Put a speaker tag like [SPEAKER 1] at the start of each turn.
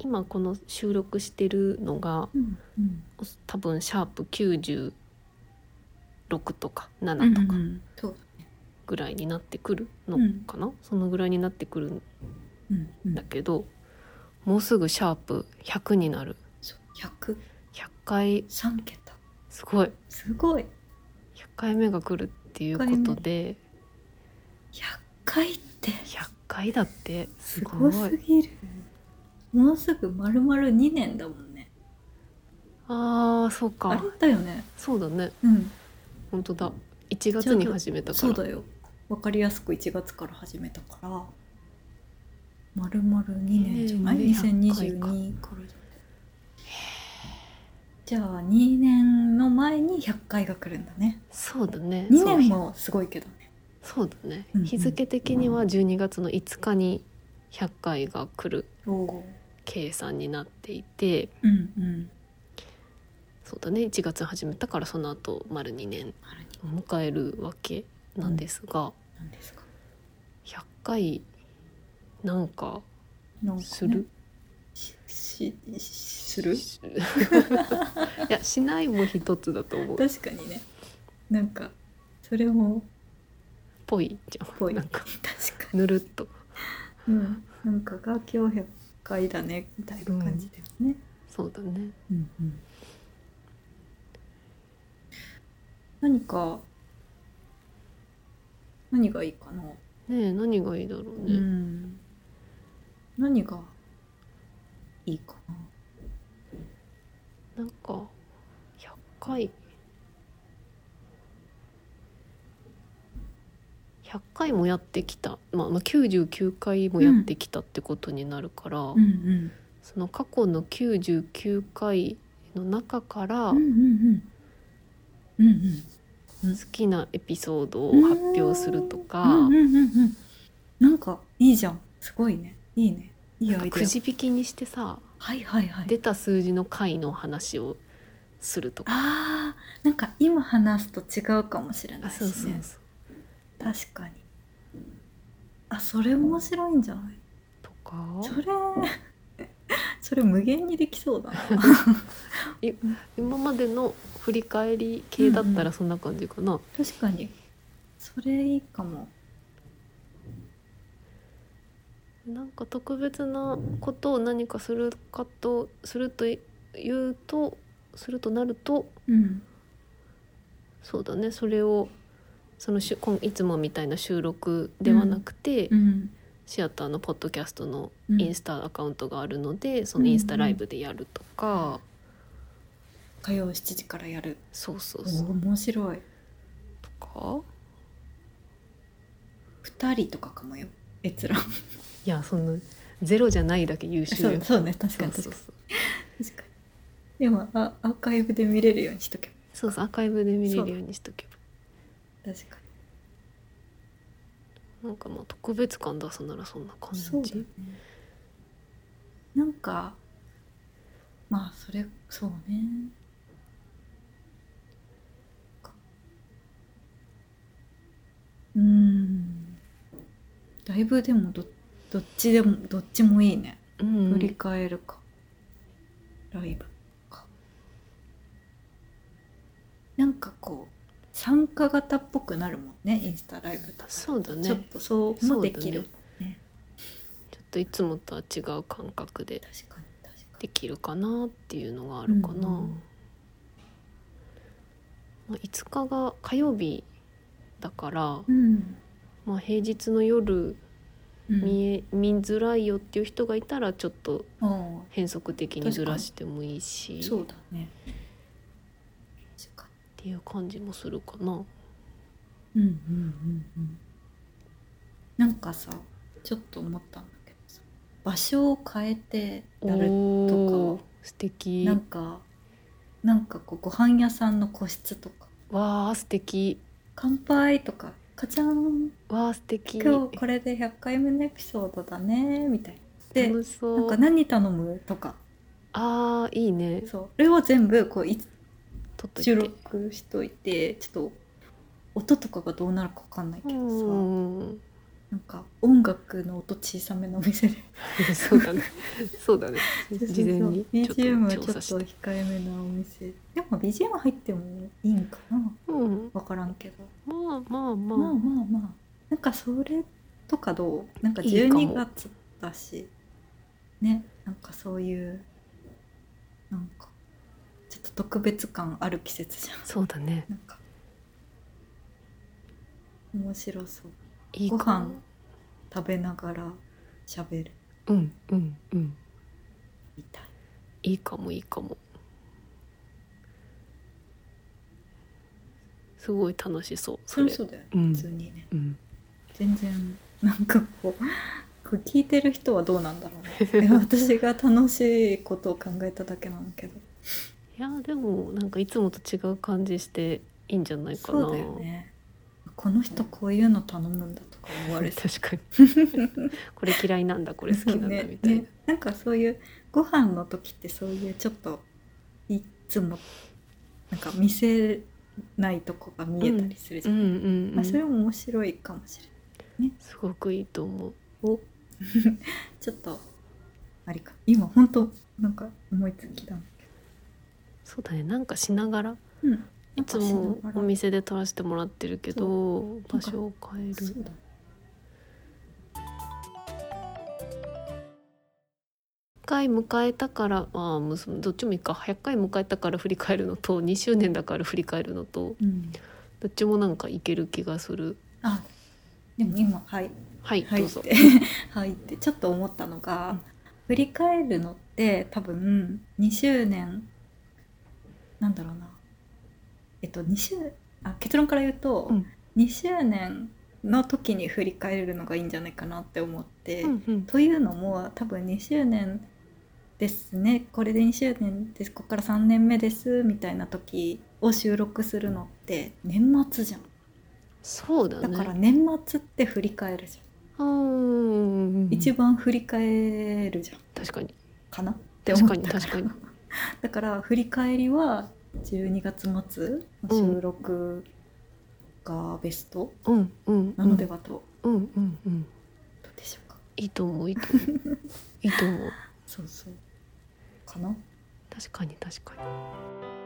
[SPEAKER 1] 今この収録してるのが
[SPEAKER 2] うんうん
[SPEAKER 1] 多分シャープ96とか7とか
[SPEAKER 2] うんそう
[SPEAKER 1] ぐらいになってくるのかな、そのぐらいになってくるん
[SPEAKER 2] うんうん
[SPEAKER 1] だけど、もうすぐシャープ100になる
[SPEAKER 2] そう百
[SPEAKER 1] 100回
[SPEAKER 2] 三桁
[SPEAKER 1] すごい
[SPEAKER 2] すごい
[SPEAKER 1] 100回目が来るっていうことで
[SPEAKER 2] 百回って
[SPEAKER 1] 100回だってす
[SPEAKER 2] す
[SPEAKER 1] ご
[SPEAKER 2] ご
[SPEAKER 1] い
[SPEAKER 2] すぎるもうすぐまるまる二年だもんね
[SPEAKER 1] あーそう
[SPEAKER 2] あ
[SPEAKER 1] か
[SPEAKER 2] れだよね
[SPEAKER 1] そうだね
[SPEAKER 2] うん
[SPEAKER 1] 本当だ1月に始めたか
[SPEAKER 2] そう
[SPEAKER 1] ら
[SPEAKER 2] だよわかりやすく1月から始めたからまるまる2年じゃない、
[SPEAKER 1] えー
[SPEAKER 2] 2022からじゃないじゃあ2年の前に100回が来るんだね
[SPEAKER 1] そうだね
[SPEAKER 2] 2年もすごいけどね
[SPEAKER 1] そうだね、
[SPEAKER 2] うんうん
[SPEAKER 1] 日付的には12月の5日に100回が来る
[SPEAKER 2] おお
[SPEAKER 1] 計算になっていて
[SPEAKER 2] うんうん
[SPEAKER 1] そうだね1月始めたからその後丸2年
[SPEAKER 2] あれ
[SPEAKER 1] を迎えるわけなんですが、
[SPEAKER 2] 何ですか
[SPEAKER 1] 100回なんか
[SPEAKER 2] なんかね
[SPEAKER 1] する、
[SPEAKER 2] しししする
[SPEAKER 1] いやしないも一つだと思う っ
[SPEAKER 2] 確かにねなんかそれも
[SPEAKER 1] ぽいじゃん
[SPEAKER 2] ぽい
[SPEAKER 1] なん
[SPEAKER 2] 確
[SPEAKER 1] か
[SPEAKER 2] か
[SPEAKER 1] ぬるっと
[SPEAKER 2] に、うん、なんかが今日100回だねみたいな感じだよね、
[SPEAKER 1] そうだね
[SPEAKER 2] うんうん、何か何がいいかな、
[SPEAKER 1] ねえ何がいいだろう
[SPEAKER 2] う
[SPEAKER 1] ね、
[SPEAKER 2] ん、何がいいか
[SPEAKER 1] な
[SPEAKER 2] な
[SPEAKER 1] んか100回100回もやってきた、まあ、まあ99回もやってきたってことになるから、
[SPEAKER 2] んうん
[SPEAKER 1] その過去の99回の中から
[SPEAKER 2] うんうんうんうんうん
[SPEAKER 1] 好きなエピソードを発表するとか
[SPEAKER 2] うんうんうんうんなんかいいじゃんすごいねいいねいいアイデ
[SPEAKER 1] く
[SPEAKER 2] ア
[SPEAKER 1] じ引きにしてさ
[SPEAKER 2] はいはいはい
[SPEAKER 1] 出た数字の回の話をするとか
[SPEAKER 2] あーなんか今話すと違うかもしれ
[SPEAKER 1] あ
[SPEAKER 2] ないし、
[SPEAKER 1] そ
[SPEAKER 2] ね、
[SPEAKER 1] うそうそう
[SPEAKER 2] 確かにあそれ面白いんじゃない
[SPEAKER 1] とか
[SPEAKER 2] それそれ 無限にでき そうだな
[SPEAKER 1] 今までの振り返り系だった
[SPEAKER 2] うんう
[SPEAKER 1] らそんな感じかな。
[SPEAKER 2] 確かにそれいいかも
[SPEAKER 1] なんか特別なことを何かするかとするというとするとなると
[SPEAKER 2] うん
[SPEAKER 1] そうだねそれをそのしゅこんいつもみたいな収録ではなくて、
[SPEAKER 2] うん
[SPEAKER 1] シアターのポッドキャストの
[SPEAKER 2] うん
[SPEAKER 1] インスタアカウントがあるので、そのインスタライブでやるとか、
[SPEAKER 2] 火曜7時からやる
[SPEAKER 1] そうそうそう
[SPEAKER 2] お面白い
[SPEAKER 1] とか
[SPEAKER 2] 2人とかかもよ閲覧
[SPEAKER 1] いやそのゼロじゃないだけ優秀
[SPEAKER 2] そう
[SPEAKER 1] よ
[SPEAKER 2] そうね確かに
[SPEAKER 1] そう
[SPEAKER 2] 確
[SPEAKER 1] そう
[SPEAKER 2] か
[SPEAKER 1] そう
[SPEAKER 2] に確かにでもあアーカイブで見れるようにしとけば
[SPEAKER 1] そうそうアーカイブで見れるようにしとけば
[SPEAKER 2] 確か
[SPEAKER 1] なんかまあ特別感出すならそんな感
[SPEAKER 2] に
[SPEAKER 1] じ
[SPEAKER 2] そうだねなんかまあそれそうねかうーんだいぶでもどどっちでもどっちもいいね
[SPEAKER 1] うん
[SPEAKER 2] 振り返るか、ライブかなんかこう参加型っぽくなるもんねインスタライブだと
[SPEAKER 1] そうだね
[SPEAKER 2] ちょっとそうもできる、
[SPEAKER 1] ちょっといつもとは違う感覚で
[SPEAKER 2] 確かに確かに
[SPEAKER 1] できるかなっていうのがあるかな、
[SPEAKER 2] うんうん
[SPEAKER 1] まあ、5日が火曜日だから、
[SPEAKER 2] うん
[SPEAKER 1] まあ、平日の夜見え見づらいよっていう人がいたらちょっと
[SPEAKER 2] うん、あ
[SPEAKER 1] 変則的にずらしてもいいしっ
[SPEAKER 2] あそうだね確か
[SPEAKER 1] ていう感じもするかな。
[SPEAKER 2] にうんうんうんうんなんかさちょっと思ったんだけどさ場所を変えてやる
[SPEAKER 1] おー素敵
[SPEAKER 2] なんかなんかこうご飯屋さんの個室とか
[SPEAKER 1] わあ素敵
[SPEAKER 2] 「乾杯」とか「カチャン
[SPEAKER 1] わあ素敵
[SPEAKER 2] 今日これで100回目のエピソードだね」みたいな。で
[SPEAKER 1] 楽し
[SPEAKER 2] なん
[SPEAKER 1] そ
[SPEAKER 2] か
[SPEAKER 1] う
[SPEAKER 2] 何頼むとか
[SPEAKER 1] あーいいね
[SPEAKER 2] そうそれを全部こうい
[SPEAKER 1] 撮っといて
[SPEAKER 2] 収録しといてちょっと音とかがどうなるかわかんないけ
[SPEAKER 1] う
[SPEAKER 2] どさ、
[SPEAKER 1] んうんうん
[SPEAKER 2] なんか音楽の音小さめのお店で
[SPEAKER 1] そうだねそうだね事前 にちょっ
[SPEAKER 2] BGM はちょっ
[SPEAKER 1] と
[SPEAKER 2] と
[SPEAKER 1] 調査して
[SPEAKER 2] 控えめなお店でも BGM 入ってもいいんかな
[SPEAKER 1] うん
[SPEAKER 2] 分からんけど
[SPEAKER 1] まあまあまあ、
[SPEAKER 2] まあまあまあなんかそれとかどうなんか
[SPEAKER 1] いいかも
[SPEAKER 2] 12月だしねなんかそういうなんかちょっと特別感ある季節じゃん
[SPEAKER 1] そうだね
[SPEAKER 2] なんか面白そう
[SPEAKER 1] いい
[SPEAKER 2] ご
[SPEAKER 1] か
[SPEAKER 2] 飯食べながら喋る
[SPEAKER 1] うんうんうん
[SPEAKER 2] みたい
[SPEAKER 1] いいかもいいかもすごい楽しそうそれ
[SPEAKER 2] そうだよね、
[SPEAKER 1] うん
[SPEAKER 2] 普通にね
[SPEAKER 1] うん
[SPEAKER 2] 全然なんかこうこう聞いてる人はどうなんだろうねいや私が楽しいことを考えただけなんだけど
[SPEAKER 1] いやでもなんかいつもと違う感じしていいんじゃないかな
[SPEAKER 2] そうだよねこの人こういうの頼むんだとか思われて
[SPEAKER 1] 確かに これ嫌いなん だこれ好きなんだみたいな、
[SPEAKER 2] ねねなんかそういうご飯の時ってそういうちょっといつもなんか見せないとこが見えたりするじ
[SPEAKER 1] う
[SPEAKER 2] ゃん、
[SPEAKER 1] んうん、う
[SPEAKER 2] まあ、
[SPEAKER 1] ん、
[SPEAKER 2] それも面白いかもしれない
[SPEAKER 1] すごくいいと思う
[SPEAKER 2] ちょっとあれか今本当なんか思いつきだ
[SPEAKER 1] そうだねなんかしながら
[SPEAKER 2] うんないん
[SPEAKER 1] つ
[SPEAKER 2] かしな
[SPEAKER 1] も
[SPEAKER 2] がら
[SPEAKER 1] お店で撮らせてもらってるけど
[SPEAKER 2] そう
[SPEAKER 1] 場所を変え
[SPEAKER 2] そう
[SPEAKER 1] る
[SPEAKER 2] だ
[SPEAKER 1] 100回迎えたからまあむすどっちもいいか100回迎えたから振り返るのと2周年だから振り返るのと
[SPEAKER 2] うん
[SPEAKER 1] どっちもなんかいける気がする
[SPEAKER 2] あでも今はい
[SPEAKER 1] はい、
[SPEAKER 2] はい
[SPEAKER 1] どう
[SPEAKER 2] っ
[SPEAKER 1] ぞ
[SPEAKER 2] て はいってちょっと思ったのが、
[SPEAKER 1] うん
[SPEAKER 2] 振り返るのって多分2周年なんだろうなえっと2周あ結論から言うと、
[SPEAKER 1] うん
[SPEAKER 2] 2周年の時に振り返るのがいいんじゃないかなって思って、
[SPEAKER 1] うんうん
[SPEAKER 2] というのも多分2周年ですねこれで2周年ですここから3年目ですみたいな時を収録するのって年末じゃん
[SPEAKER 1] そうだ
[SPEAKER 2] だ
[SPEAKER 1] ね
[SPEAKER 2] から年末って振り返るじゃん
[SPEAKER 1] うん
[SPEAKER 2] 一番振り返るじゃん
[SPEAKER 1] 確かに
[SPEAKER 2] かなって思
[SPEAKER 1] 確
[SPEAKER 2] っ
[SPEAKER 1] か
[SPEAKER 2] た
[SPEAKER 1] に確かに
[SPEAKER 2] だから振り返りは12月末の収録がベスト
[SPEAKER 1] うんうん
[SPEAKER 2] なのではと、
[SPEAKER 1] うんうんうん
[SPEAKER 2] どうでしょうか
[SPEAKER 1] いいと思ういいと思ういいと思う
[SPEAKER 2] そうそうかな
[SPEAKER 1] 確かに確かに